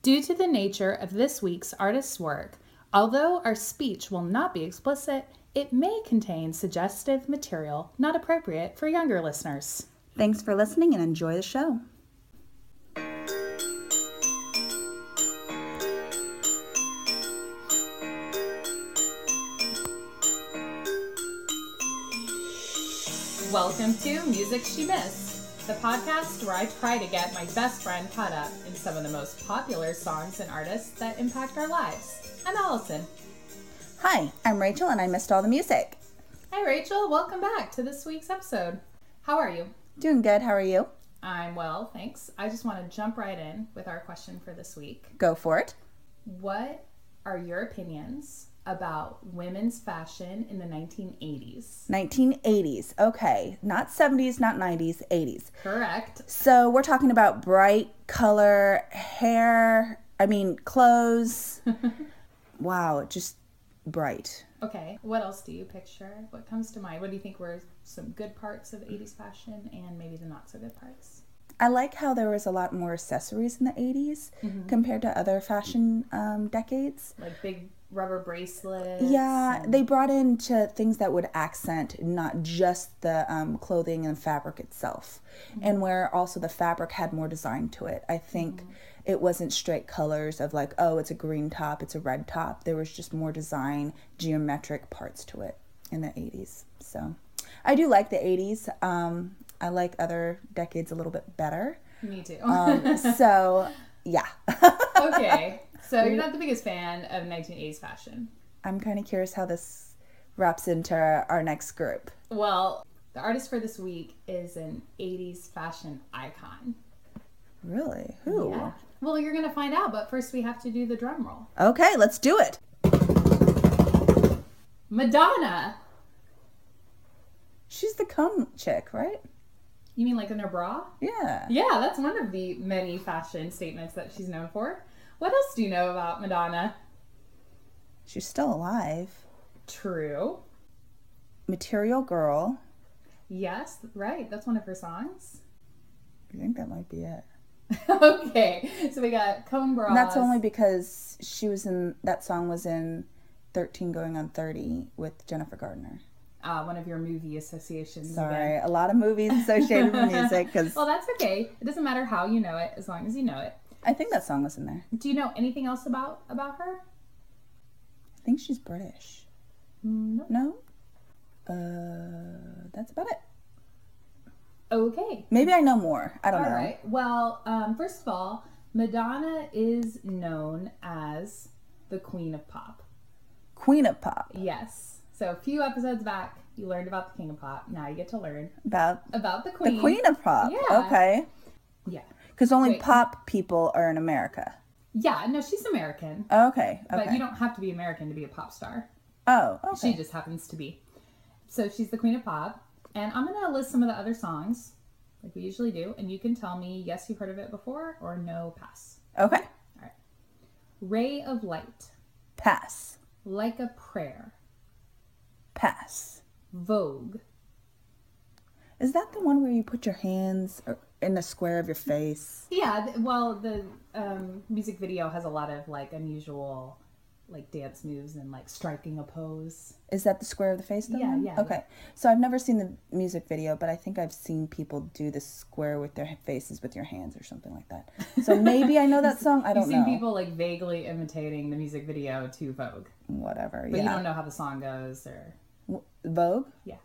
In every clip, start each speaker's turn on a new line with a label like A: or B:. A: Due to the nature of this week's artist's work, although our speech will not be explicit, it may contain suggestive material not appropriate for younger listeners.
B: Thanks for listening and enjoy the show.
A: Welcome to Music She Missed, the podcast where I try to get my best friend caught up in some of the most popular songs and artists that impact our lives. I'm Allison.
B: Hi, I'm Rachel and I missed all the music.
A: Hi, Rachel. Welcome back to this week's episode. How are you?
B: Doing good, how are you?
A: I'm well, thanks. I just want to jump right in with our question for this week.
B: Go for it.
A: What are your opinions about women's fashion in the 1980s?
B: 1980s, okay. Not 70s, not 90s, 80s.
A: Correct.
B: So we're talking about bright color, hair, I mean, clothes. wow, just bright.
A: Okay. What else do you picture? What comes to mind? What do you think were some good parts of 80s fashion and maybe the not so good parts?
B: I like how there was a lot more accessories in the 80s compared to other fashion um, decades.
A: Like big rubber bracelets.
B: Yeah, they brought into things that would accent not just the um, clothing and fabric itself, and where also the fabric had more design to it. I think it wasn't straight colors of like, oh, it's a green top, it's a red top. There was just more design, geometric parts to it in the 80s. So I do like the 80s. Um, I like other decades a little bit better.
A: Me too.
B: Um, so, yeah,
A: okay. So you're not the biggest fan of 1980s fashion.
B: I'm kind of curious how this wraps into our next group.
A: Well, the artist for this week is an 80s fashion icon.
B: Really? Who?
A: Yeah. Well, you're going to find out, but first we have to do the drum roll.
B: Okay, let's do it.
A: Madonna!
B: She's the cum chick, right?
A: You mean like in her bra?
B: Yeah.
A: Yeah, that's one of the many fashion statements that she's known for. What else do you know about Madonna?
B: She's still alive.
A: True.
B: Material Girl.
A: Yes, right. That's one of her songs.
B: I think that might be it.
A: okay, so we got cone bras.
B: And that's only because she was in that song was in 13 going on 30 with Jennifer Gardner.
A: uh, one of your movie associations.
B: Sorry, a lot of movies associated with music cuz
A: Well, that's okay. It doesn't matter how you know it, as long as you know it.
B: I think that song was in there.
A: Do you know anything else about about her?
B: I think she's British.
A: No.
B: No? Uh that's about it.
A: Okay.
B: Maybe I know more. I don't
A: All right.
B: know.
A: Well, um, first of all, Madonna is known as the Queen of Pop.
B: Queen of Pop.
A: Yes. So a few episodes back, you learned about the King of Pop. Now you get to learn
B: About
A: about the Queen.
B: the Queen of Pop.
A: Yeah.
B: Okay.
A: Yeah.
B: Cuz only
A: Wait.
B: pop people are in America.
A: Yeah. No, she's American,
B: Okay. Okay.
A: but you don't have to be American to be a pop star.
B: oh, okay.
A: She just happens to be. So she's the queen of pop. And I'm going to list some of the other songs, like we usually do, and you can tell me yes, you've heard of it before or no, pass.
B: Okay.
A: Ray of Light,
B: Pass.
A: Like a Prayer,
B: Pass.
A: Vogue.
B: Is that the one where you put your hands or- in the square of your face?
A: Yeah, th- well, the um, music video has a lot of like unusual like dance moves and like striking a pose.
B: Is that the square of the face? Though?
A: Yeah, yeah,
B: Okay. So I've never seen the music video, but I think I've seen people do the square with their faces with your hands or something like that. So maybe I know that song. I
A: You've
B: don't
A: seen
B: know.
A: people like vaguely imitating the music video to Vogue,
B: Whatever.
A: but you
B: yeah.
A: don't know how the song goes or
B: W- Vogue?
A: yeah.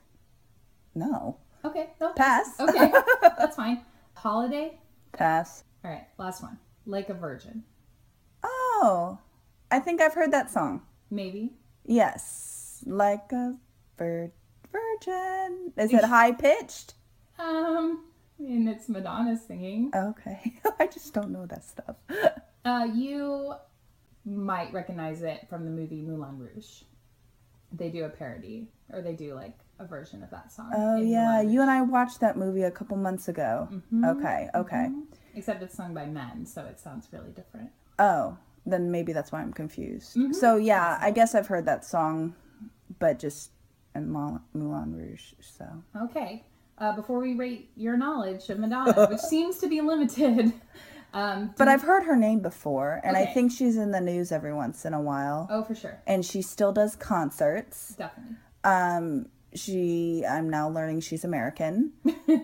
B: No.
A: Okay, no,
B: Pass.
A: Okay, that's fine. Holiday.
B: Pass.
A: All right, last one. Like a virgin,
B: Oh, I think I've heard that song.
A: maybe.
B: Yes. Like a bird virgin. Is it high pitched?
A: Um, and it's Madonna singing.
B: Okay. I just don't know that stuff.
A: Uh, you might recognize it from the movie Moulin Rouge. They do a parody, or they do like a version of that song.
B: Oh
A: in Mm-hmm,
B: yeah,
A: Moulin Rouge,
B: you and I watched that movie a couple months ago. Okay, okay.
A: Except it's sung by men, so it sounds really different.
B: Oh, then maybe that's why I'm confused.
A: Mm-hmm.
B: So yeah, I guess I've heard that song, but just in Moul- Moulin Rouge. So
A: Okay. Uh, before we rate your knowledge of Madonna, which seems to be limited, Um,
B: But I've heard her name before, and I
A: Okay.
B: think she's in the news every once in a while.
A: oh, for sure.
B: And she still does concerts.
A: Definitely.
B: Um, she, I'm now learning she's American.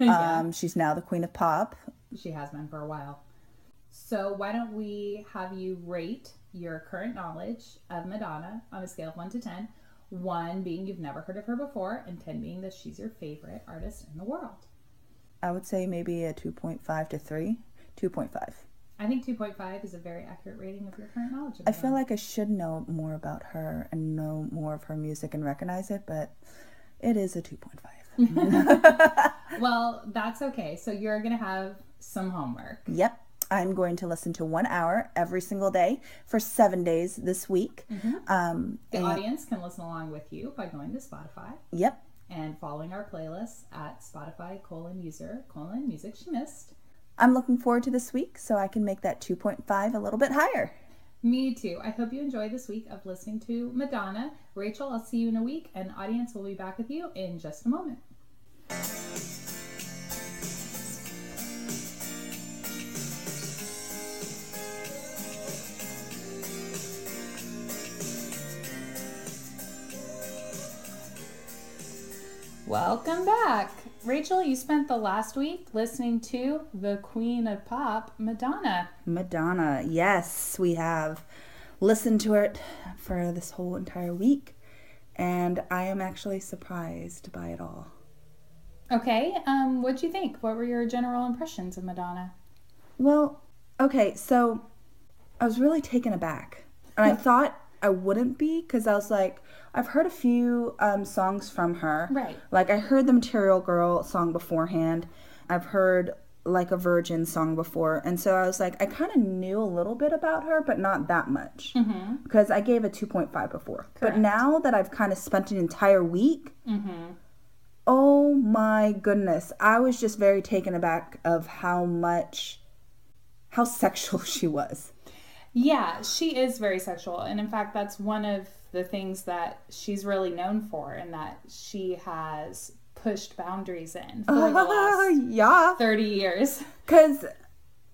B: Um, she's now the queen of pop.
A: She has been for a while. So, why don't we have you rate your current knowledge of Madonna on a scale of 1 to 10? 1 being you've never heard of her before, and 10 being that she's your favorite artist in the world.
B: I would say maybe a 2.5 to 3. 2.5.
A: I think 2.5 is a very accurate rating of your current knowledge. Of
B: I feel like I should know more about her and know more of her music and recognize it, but it is a 2.5.
A: well, that's okay. So, you're going to have some homework.
B: Yep. I'm going to listen to one hour every single day for seven days this week. Um,
A: The audience can listen along with you by going to Spotify
B: yep.
A: and following our playlists at Spotify colon user colon music she missed.
B: I'm looking forward to this week so I can make that 2.5 a little bit higher.
A: Me too. I hope you enjoy this week of listening to Madonna. Rachel, I'll see you in a week, and audience will be back with you in just a moment. Welcome back. Rachel, you spent the last week listening to the Queen of Pop, Madonna.
B: Madonna. Yes, we have listened to it for this whole entire week. And I am actually surprised by it all.
A: Okay, um, what'd you think? What were your general impressions of Madonna?
B: Well, okay, so I was really taken aback. And I thought I wouldn't be because I was like, I've heard a few um, songs from her.
A: Right.
B: Like, I heard the Material Girl song beforehand, I've heard Like a Virgin song before. And so I was like, I kind of knew a little bit about her, but not that much. Because I gave a 2.5 before. But now that I've kind of spent an entire week, Oh my goodness. I was just very taken aback of how much how sexual she was.
A: Yeah, she is very sexual. And in fact, that's one of the things that she's really known for, and that she has pushed boundaries in for like the last
B: yeah,
A: 30 years.
B: cuz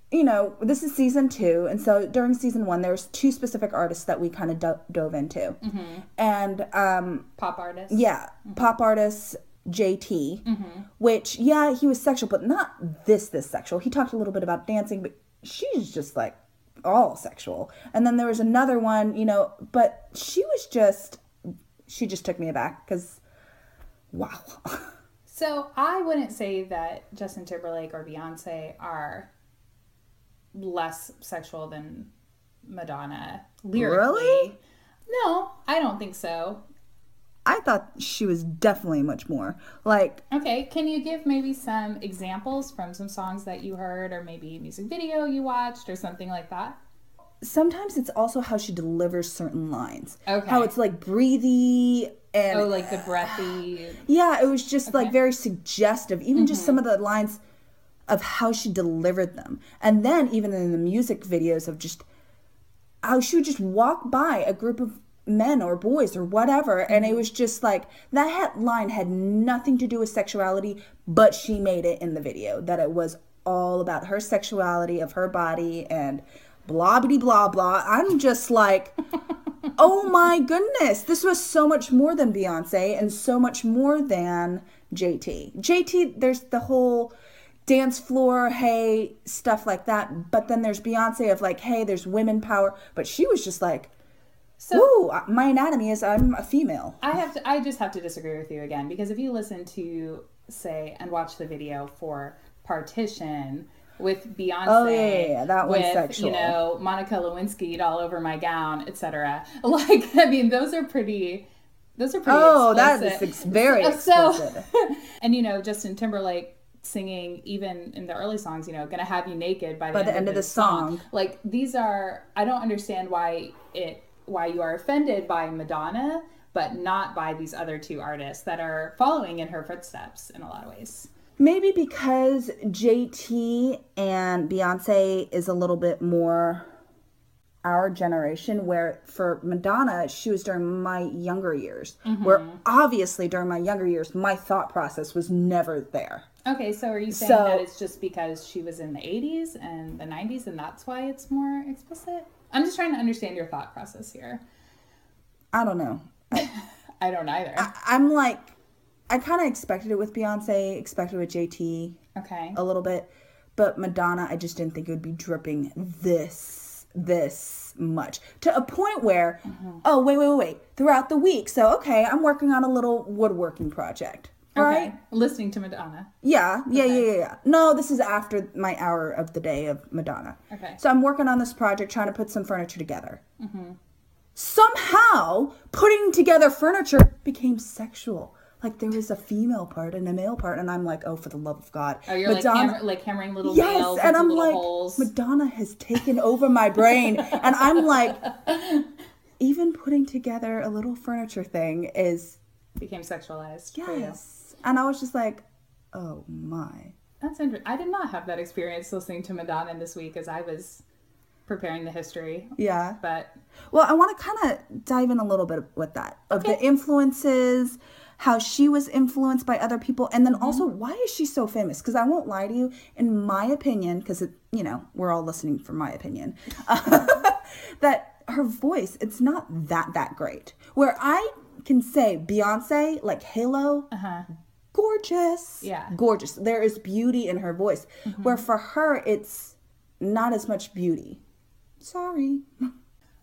B: you know, this is season 2 and so during season 1 there's two specific artists that we kind of do- dove into. And um
A: Pop artist.
B: yeah, pop artist JT, which yeah, he was sexual but not this this sexual. He talked a little bit about dancing, but she's just like all sexual. And then there was another one, you know, but she was just she just took me aback cuz wow.
A: So I wouldn't say that Justin Timberlake or Beyonce are less sexual than Madonna lyrically.
B: Really?
A: No, I don't think so.
B: I thought she was definitely much more. Like
A: Okay, can you give maybe some examples from some songs that you heard, or maybe music video you watched, or something like that?
B: sometimes it's also how she delivers certain lines.
A: Okay.
B: How it's like breathy and
A: Oh, like the breathy.
B: Yeah, it was just like very suggestive. Even just some of the lines of how she delivered them. And then even in the music videos of just how she would just walk by a group of men or boys or whatever and it was just like that hat line had nothing to do with sexuality but she made it in the video that it was all about her sexuality of her body and blah bitty blah blah i'm just like oh my goodness this was so much more than beyonce and so much more than jt jt there's the whole dance floor, hey, stuff like that. But then there's Beyonce of like, hey, there's women power. But she was just like,
A: So-
B: ooh, my anatomy is I'm a female.
A: I have to. I just have to disagree with you again because if you listen to say and watch the video for Partition with Beyonce,
B: Oh, yeah, yeah, yeah, that one's
A: with,
B: sexual.
A: You know, Monica Lewinsky all over my gown, etc. Like, I mean, those are pretty. Those are pretty.
B: Oh, that
A: explicit.
B: is ex- very
A: So-
B: explicit.
A: and you know Justin Timberlake singing even in the early songs you know gonna have you naked by the,
B: the end of the song.
A: like these are i don't understand why it why you are offended by madonna but not by these other two artists that are following in her footsteps in a lot of ways
B: Maybe because JT and Beyonce is a little bit more our generation, where for Madonna, she was during my younger years, where obviously during my younger years, my thought process was never there.
A: Okay, so are you saying
B: So-
A: that it's just because she was in the 80s and the 90s and that's why it's more explicit? I'm just trying to understand your thought process here.
B: I don't know.
A: I don't either.
B: I, I'm like, I kind of expected it with Beyonce, expected it with JT
A: okay.
B: a little bit, but Madonna, I just didn't think it would be dripping this this much to a point where,
A: Mm-hmm.
B: oh wait wait wait wait, throughout the week. So okay, I'm working on a little woodworking project. All right.
A: Okay. Listening to Madonna.
B: Yeah, yeah, yeah, yeah, yeah. No, this is after my hour of the day of Madonna.
A: Okay.
B: So I'm working on this project, trying to put some furniture together.
A: Mm-hmm.
B: Somehow, putting together furniture became sexual. Like there was a female part and a male part, and I'm like, oh, for the love of God,
A: Oh, you're like, hammer, like hammering little nails
B: yes, and
A: into
B: I'm
A: little
B: like,
A: holes.
B: Madonna has taken over my brain, and I'm like, even putting together a little furniture thing is
A: Became sexualized. for you.
B: yes, and I was just like, oh my.
A: That's interesting. I did not have that experience listening to Madonna this week as I was preparing the history.
B: Yeah.
A: But
B: Well, I want to kind of dive in a little bit with that of the
A: Okay.
B: influences, how she was influenced by other people, and
A: Mm-hmm.
B: then also why is she so famous? Because I won't lie to you, in my opinion, because it you know we're all listening for my opinion, that her voice it's not that that great. Where I can say Beyonce like Halo,
A: uh-huh.
B: gorgeous.
A: Yeah. Mm-hmm.
B: Gorgeous. There is beauty in her voice. Where for her it's not as much beauty. Sorry.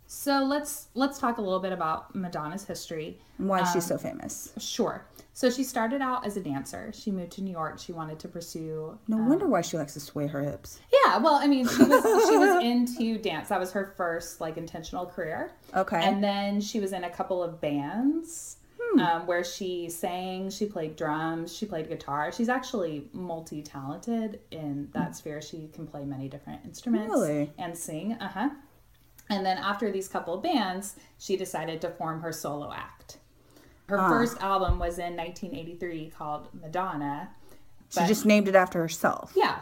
A: so let's let's talk a little bit about Madonna's history.
B: And why
A: Um,
B: she's so famous.
A: Sure. So she started out as a dancer. She moved to New York. She wanted to pursue.
B: No wonder why she likes to sway her hips.
A: Yeah. Well, I mean, she was she was into dance. That was her first like intentional career.
B: Okay. Hmm.
A: And then she was in a couple of bands um, where she sang. She played drums. She played guitar. She's actually multi talented in that sphere. She can play many different instruments
B: Hmm. Really?
A: and sing. Uh huh. And then after these couple of bands, she decided to form her solo act. Her
B: Ah.
A: first album was in 1983 called Madonna.
B: she just named it after herself.
A: Yeah.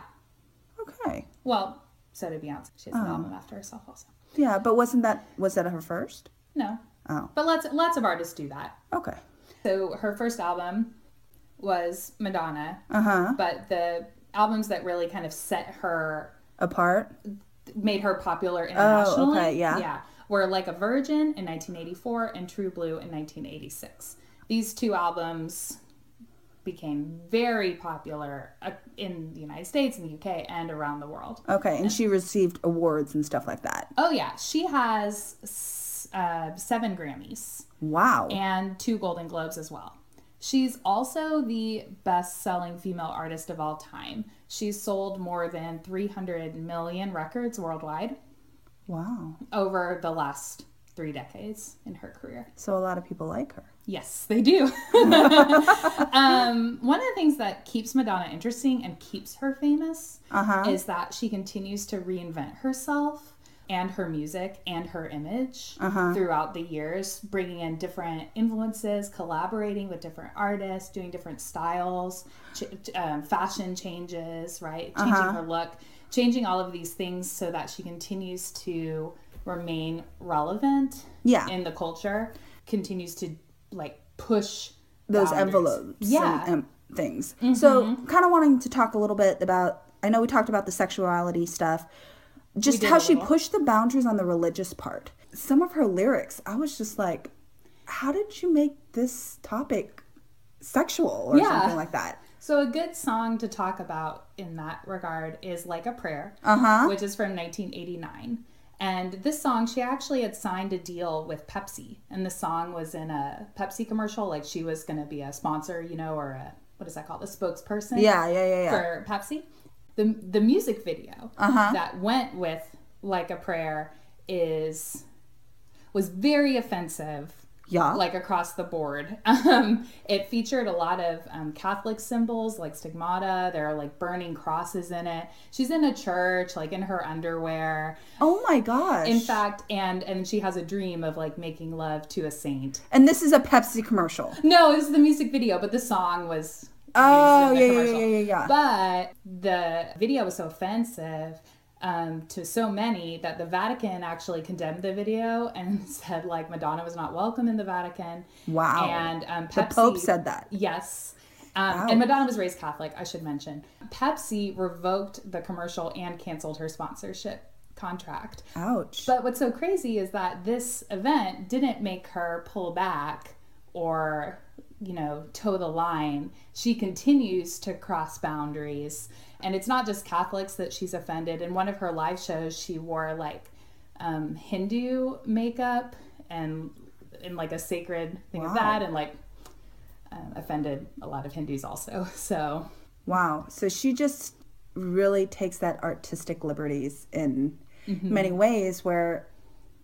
B: Okay.
A: Well, so did Beyonce. She has an
B: Oh.
A: album after herself also.
B: Yeah, but wasn't that was that her first?
A: No.
B: Oh.
A: But lots lots of artists do that.
B: Okay.
A: So her first album was Madonna,
B: Uh-huh.
A: but the albums that really kind of set her
B: Apart.
A: made her popular internationally.
B: Oh, okay, yeah.
A: Yeah. Were Like a Virgin in 1984 and True Blue in 1986. These two albums became very popular uh, in the United States, in the UK, and around the world.
B: Okay. And she received awards and stuff like that.
A: Oh, yeah. She has s- uh, seven Grammys.
B: Wow.
A: and two Golden Globes as well. She's also the best selling female artist of all time. She's sold more than 300 million records worldwide
B: wow.
A: over the last three decades in her career.
B: So a lot of people like her.
A: Yes, they do. um, one of the things that keeps Madonna interesting and keeps her famous
B: Uh-huh.
A: is that she continues to reinvent herself and her music and her image
B: Uh-huh.
A: throughout the years, bringing in different influences, collaborating with different artists, doing different styles, ch- ch- um, fashion changes, right? Changing
B: Uh-huh.
A: her look, changing all of these things so that she continues to remain relevant
B: Yeah.
A: in the culture continues to like push
B: Those
A: boundaries.
B: envelopes
A: Yeah. Mm-hmm.
B: and, um, things. So kind of wanting to talk a little bit about I know we talked about the sexuality stuff. Just
A: did
B: how
A: a
B: she
A: little.
B: pushed the boundaries on the religious part. Some of her lyrics, I was just like, how did you make this topic sexual or
A: Yeah.
B: something like that?
A: So a good song to talk about in that regard is Like a Prayer,
B: Uh-huh.
A: which is from 1989. And this song, she actually had signed a deal with Pepsi, and the song was in a Pepsi commercial. Like she was going to be a sponsor, you know, or a what is that called, a spokesperson?
B: Yeah, yeah, yeah, yeah.
A: for Pepsi. The the music video
B: Uh-huh.
A: that went with Like a Prayer is was very offensive.
B: Yeah.
A: Like across the board. Um, it featured a lot of um, Catholic symbols like stigmata. There are like burning crosses in it. She's in a church, like in her underwear.
B: Oh my gosh.
A: In fact, and and she has a dream of like making love to a saint.
B: and this is a Pepsi commercial.
A: No, it was the music video, but the song was.
B: Oh,
A: used in the
B: yeah, yeah,
A: commercial.
B: yeah, yeah, yeah.
A: But the video was so offensive um, to so many that the Vatican actually condemned the video and said like Madonna was not welcome in the Vatican.
B: Wow.
A: And um,
B: The
A: Pepsi,
B: Pope said that.
A: Yes. Um,
B: Wow.
A: And Madonna was raised Catholic, I should mention. Pepsi revoked the commercial and canceled her sponsorship contract.
B: Ouch.
A: But what's so crazy is that this event didn't make her pull back or, you know, toe the line. She continues to cross boundaries. And it's not just Catholics that she's offended. In one of her live shows, she wore like um, Hindu makeup and in like a sacred thing of
B: Wow.
A: that and like um, offended a lot of Hindus also. So
B: Wow. So she just really takes that artistic liberties in
A: Mm-hmm.
B: many ways where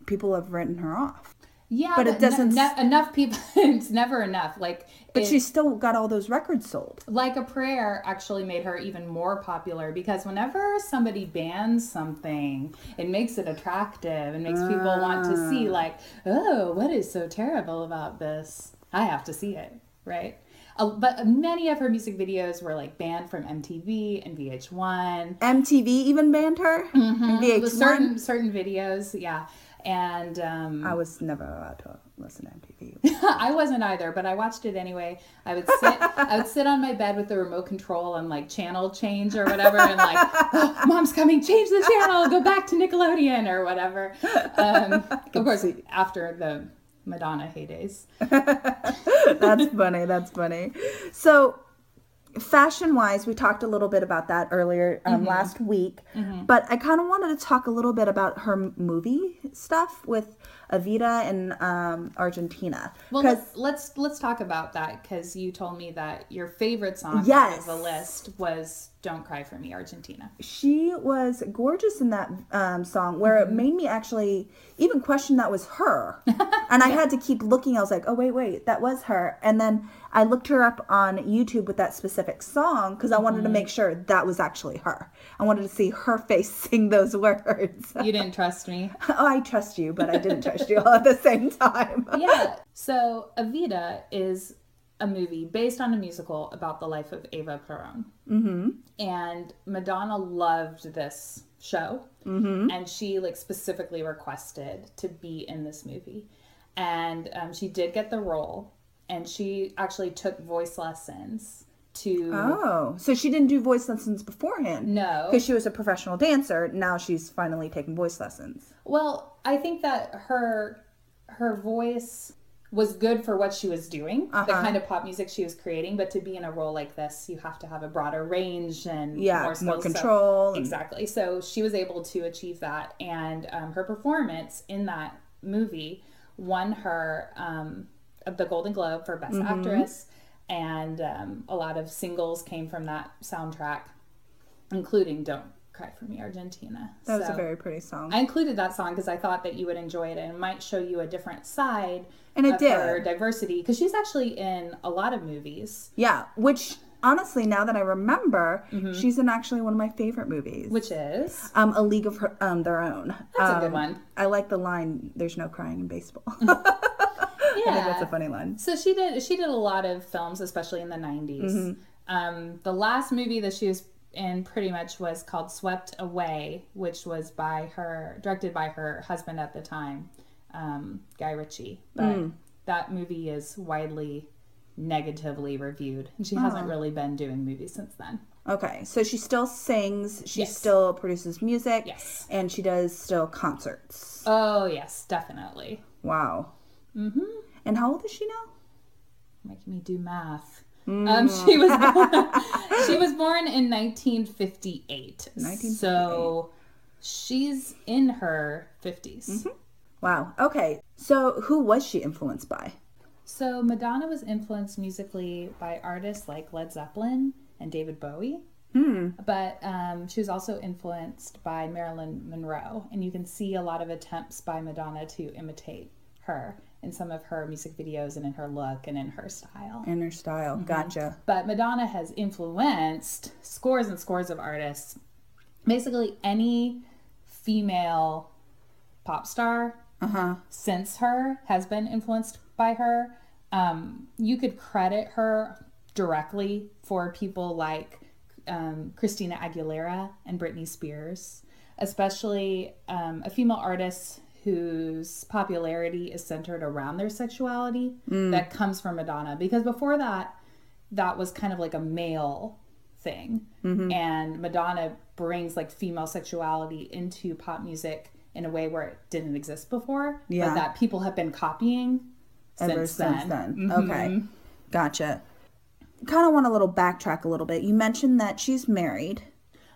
B: people have written her off.
A: yeah,
B: But it
A: ne-
B: doesn't
A: ne-
B: s-
A: enough people. it's never enough. Like,
B: But
A: it-
B: she still got all those records sold.
A: Like a Prayer actually made her even more popular because whenever somebody bans something, it makes it attractive and makes people want to see, like, oh, what is so terrible about this? I have to see it, right? Uh, but many of her music videos were like banned from MTV and VH1,
B: MTV even banned her. And
A: Mm-hmm. With
B: VH1.
A: certain certain videos, yeah. And um,
B: I was never allowed to listen to MTV.
A: I wasn't either, but I watched it anyway. I would sit I would sit on my bed with the remote control and like channel change or whatever and like oh, mom's coming, change the channel, go back to Nickelodeon or whatever. Um, of course after the Madonna heydays.
B: that's funny. That's funny. So, fashion wise, we talked a little bit about that earlier um,
A: Mm-hmm.
B: last week, but I kind of wanted to talk a little bit about her m- movie stuff with Evita in um, Argentina.
A: Well,
B: 'Cause-
A: let's, let's let's talk about that cuz you told me that your favorite song out of
B: Yes.
A: the list was Don't Cry for Me Argentina.
B: she was gorgeous in that um, song where
A: Mm-hmm.
B: it made me actually even question that was her and i had to keep looking i was like oh wait wait that was her and then i looked her up on youtube with that specific song because i wanted to
A: Mm-hmm.
B: make sure that was actually her i wanted to see her face sing those words
A: You didn't trust me.
B: oh i trust you but i didn't trust you all at the same time
A: yeah. So Evita is a movie based on a musical about the life of Ava Peron. Mm-hmm. And Madonna loved this show, and she like specifically requested to be in this movie, and um, she did get the role, and she actually took voice lessons to.
B: oh so she didn't do voice lessons beforehand
A: No.
B: because she was a professional dancer now she's finally taking voice lessons
A: Well, I think that her her voice was good for what she was doing, the
B: Uh-huh.
A: kind of pop music she was creating. But to be in a role like this, you have to have a broader range and
B: yeah more,
A: skills. So-
B: control and-
A: exactly. So she was able to achieve that, and um, her performance in that movie won her um, the Golden Globe for
B: Mm-hmm.
A: Best Actress, and um, a lot of singles came from that soundtrack, including "Don't Cry for Me, Argentina."
B: that was
A: So-
B: a very pretty song
A: I included that song because I thought that you would enjoy it and it might show you a different side
B: And it
A: of
B: did.
A: her diversity because she's actually in a lot of movies,
B: Yeah, which honestly, now that I remember, she's in actually one of my favorite movies,
A: Mm-hmm. which is
B: um, A League of Her- um, Their Own.
A: that's
B: um,
A: a good one.
B: I like the line "There's no crying in baseball." I think
A: Yeah.
B: that's a funny line.
A: so she did she did a lot of films, especially in the 90s Um, the last movie that she was in pretty much was called Swept Away, which was by her directed by her husband at the time, um, Guy Ritchie. But that movie is widely negatively reviewed, and she hasn't really been doing movies since then.
B: Okay, so she still sings, she
A: Yes.
B: still produces music,
A: Yes.
B: and she does still concerts.
A: Oh yes, definitely.
B: Wow. Mm-hmm. And how old is she now?
A: Making me do math. Um, she was born, she was born in 1958. So she's in her 50s.
B: Wow. Okay. So who was she influenced by?
A: So Madonna was influenced musically by artists like Led Zeppelin and David Bowie. But um, she was also influenced by Marilyn Monroe, and you can see a lot of attempts by Madonna to imitate her in some of her music videos and in her look and in her style.
B: In her style.
A: Mm-hmm.
B: Gotcha.
A: But Madonna has influenced scores and scores of artists. Basically, any female pop star since her has been influenced by her. Um, you could credit her directly for people like um, Christina Aguilera and Britney Spears, especially um, a female artist whose popularity is centered around their sexuality that comes from Madonna. Because before that, that was kind of like a male thing.
B: Mm-hmm.
A: And Madonna brings like female sexuality into pop music in a way where it didn't exist before,
B: Yeah.
A: but that people have been copying
B: ever
A: since then.
B: since then. Mm-hmm. Okay. Gotcha. Kind of want to little backtrack a little bit. You mentioned that she's married.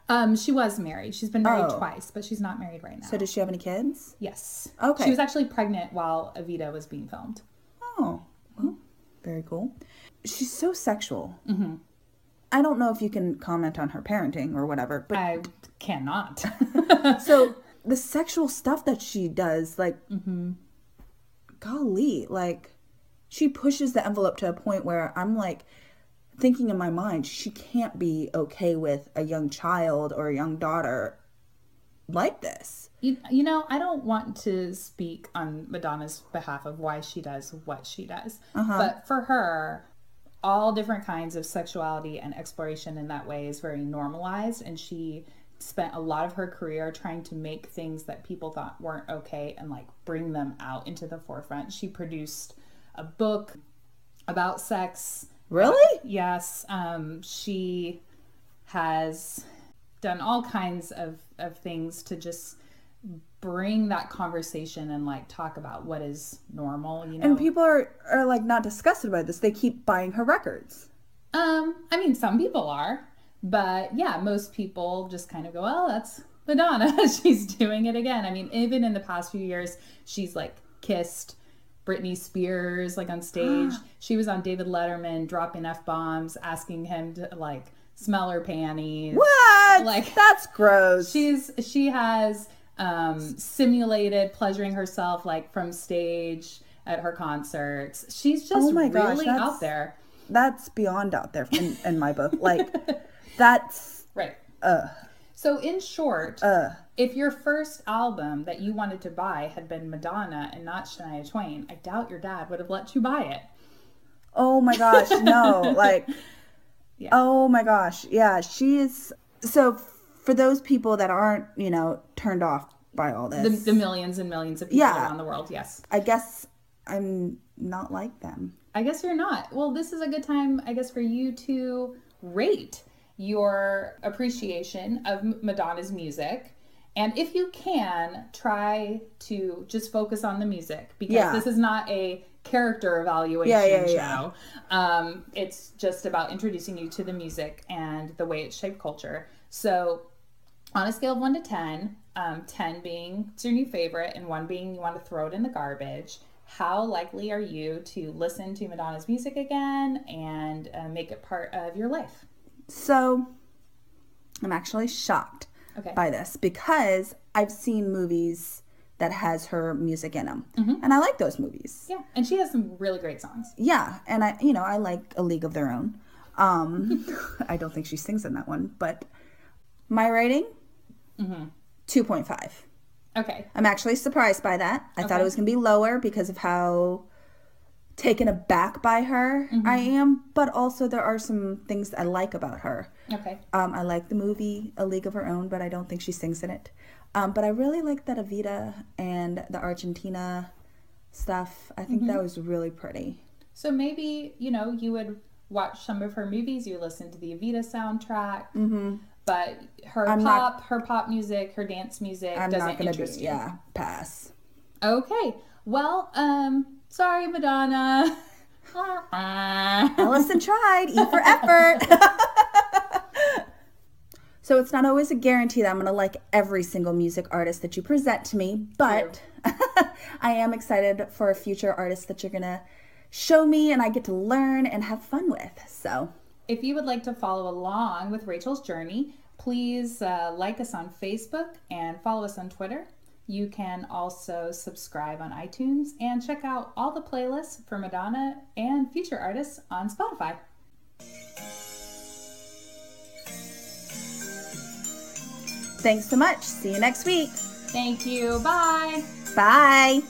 A: Um, she was married. She's been married
B: Oh.
A: twice, but she's not married right now.
B: So does she have any kids?
A: yes.
B: Okay.
A: She was actually pregnant while Evita was being filmed.
B: Oh, well, very cool. She's so sexual. Mm-hmm. I don't know if you can comment on her parenting or whatever, but
A: I cannot.
B: so the sexual stuff that she does, like,
A: Mm-hmm.
B: golly, like, she pushes the envelope to a point where I'm like thinking in my mind, she can't be okay with a young child or a young daughter like this.
A: you, you know, I don't want to speak on Madonna's behalf of why she does what she does. But for her, all different kinds of sexuality and exploration in that way is very normalized. And she spent a lot of her career trying to make things that people thought weren't okay and like bring them out into the forefront. She produced a book about sex
B: Really?
A: Yes, um, she has done all kinds of, of things to just bring that conversation and like talk about what is normal, you know.
B: And people are, are like not disgusted by this. They keep buying her records.
A: um, I mean, some people are, but yeah, most people just kind of go, "Oh, that's Madonna. she's doing it again." I mean, even in the past few years, she's like kissed Britney Spears like on stage. she was on David Letterman dropping f bombs, asking him to like smell her panties.
B: What?
A: Like-
B: that's gross.
A: she's she has um, simulated pleasuring herself like from stage at her concerts. She's just
B: Oh my gosh,
A: really
B: that's-
A: out there,
B: that's beyond out there in, in my book. Like, that's
A: right? so in short, if your first album that you wanted to buy had been Madonna and not Shania Twain, I doubt your dad would have let you buy it.
B: Oh my gosh, no. Like,
A: Yeah.
B: oh my gosh. Yeah, she is. So, for those people that aren't, you know, turned off by all
A: The,
B: this,
A: the millions and millions of people
B: Yeah.
A: around the world, yes.
B: I guess I'm not like them.
A: I guess you're not. Well, this is a good time, I guess, for you to rate your appreciation of M- Madonna's music. And if you can, try to just focus on the music because
B: Yeah.
A: this is not a character evaluation
B: Yeah, yeah,
A: show.
B: yeah.
A: Um, it's just about introducing you to the music and the way it shaped culture. So, on a scale of one to 10, um, 10 being it's your new favorite and one being you want to throw it in the garbage, how likely are you to listen to Madonna's music again and uh, make it part of your life?
B: So, I'm actually shocked
A: Okay.
B: by this because I've seen movies that has her music in them.
A: Mm-hmm.
B: And I like those movies.
A: Yeah. And she has some really great songs.
B: yeah and i you know i like a league of their own um i don't think she sings in that one but my rating 2.5
A: Okay.
B: i'm actually surprised by that i thought it was going to be lower because of how taken aback by her i am but also there are some things i like about her
A: Okay.
B: um, I like the movie A League of Her Own, but I don't think she sings in it. Um, but I really like that Evita and the Argentina stuff. I think that was really pretty.
A: So maybe, you know, you would watch some of her movies, you listen to the Evita soundtrack. But her
B: Mm-hmm. I'm not-
A: pop, her pop music, her dance music
B: I'm
A: doesn't
B: not gonna be.
A: interest you.
B: Yeah, pass.
A: Okay. Well, um, sorry, Madonna.
B: Allison tried. E for effort. so it's not always a guarantee that I'm gonna like every single music artist that you present to me, but I am excited for future artists that you're gonna show me and I get to learn and have fun with. So
A: If you would like to follow along with Rachel's journey, please uh, like us on Facebook and follow us on Twitter. You can also subscribe on iTunes and check out all the playlists for Madonna and future artists on Spotify.
B: thanks so much. See you next week.
A: Thank you. Bye.
B: Bye.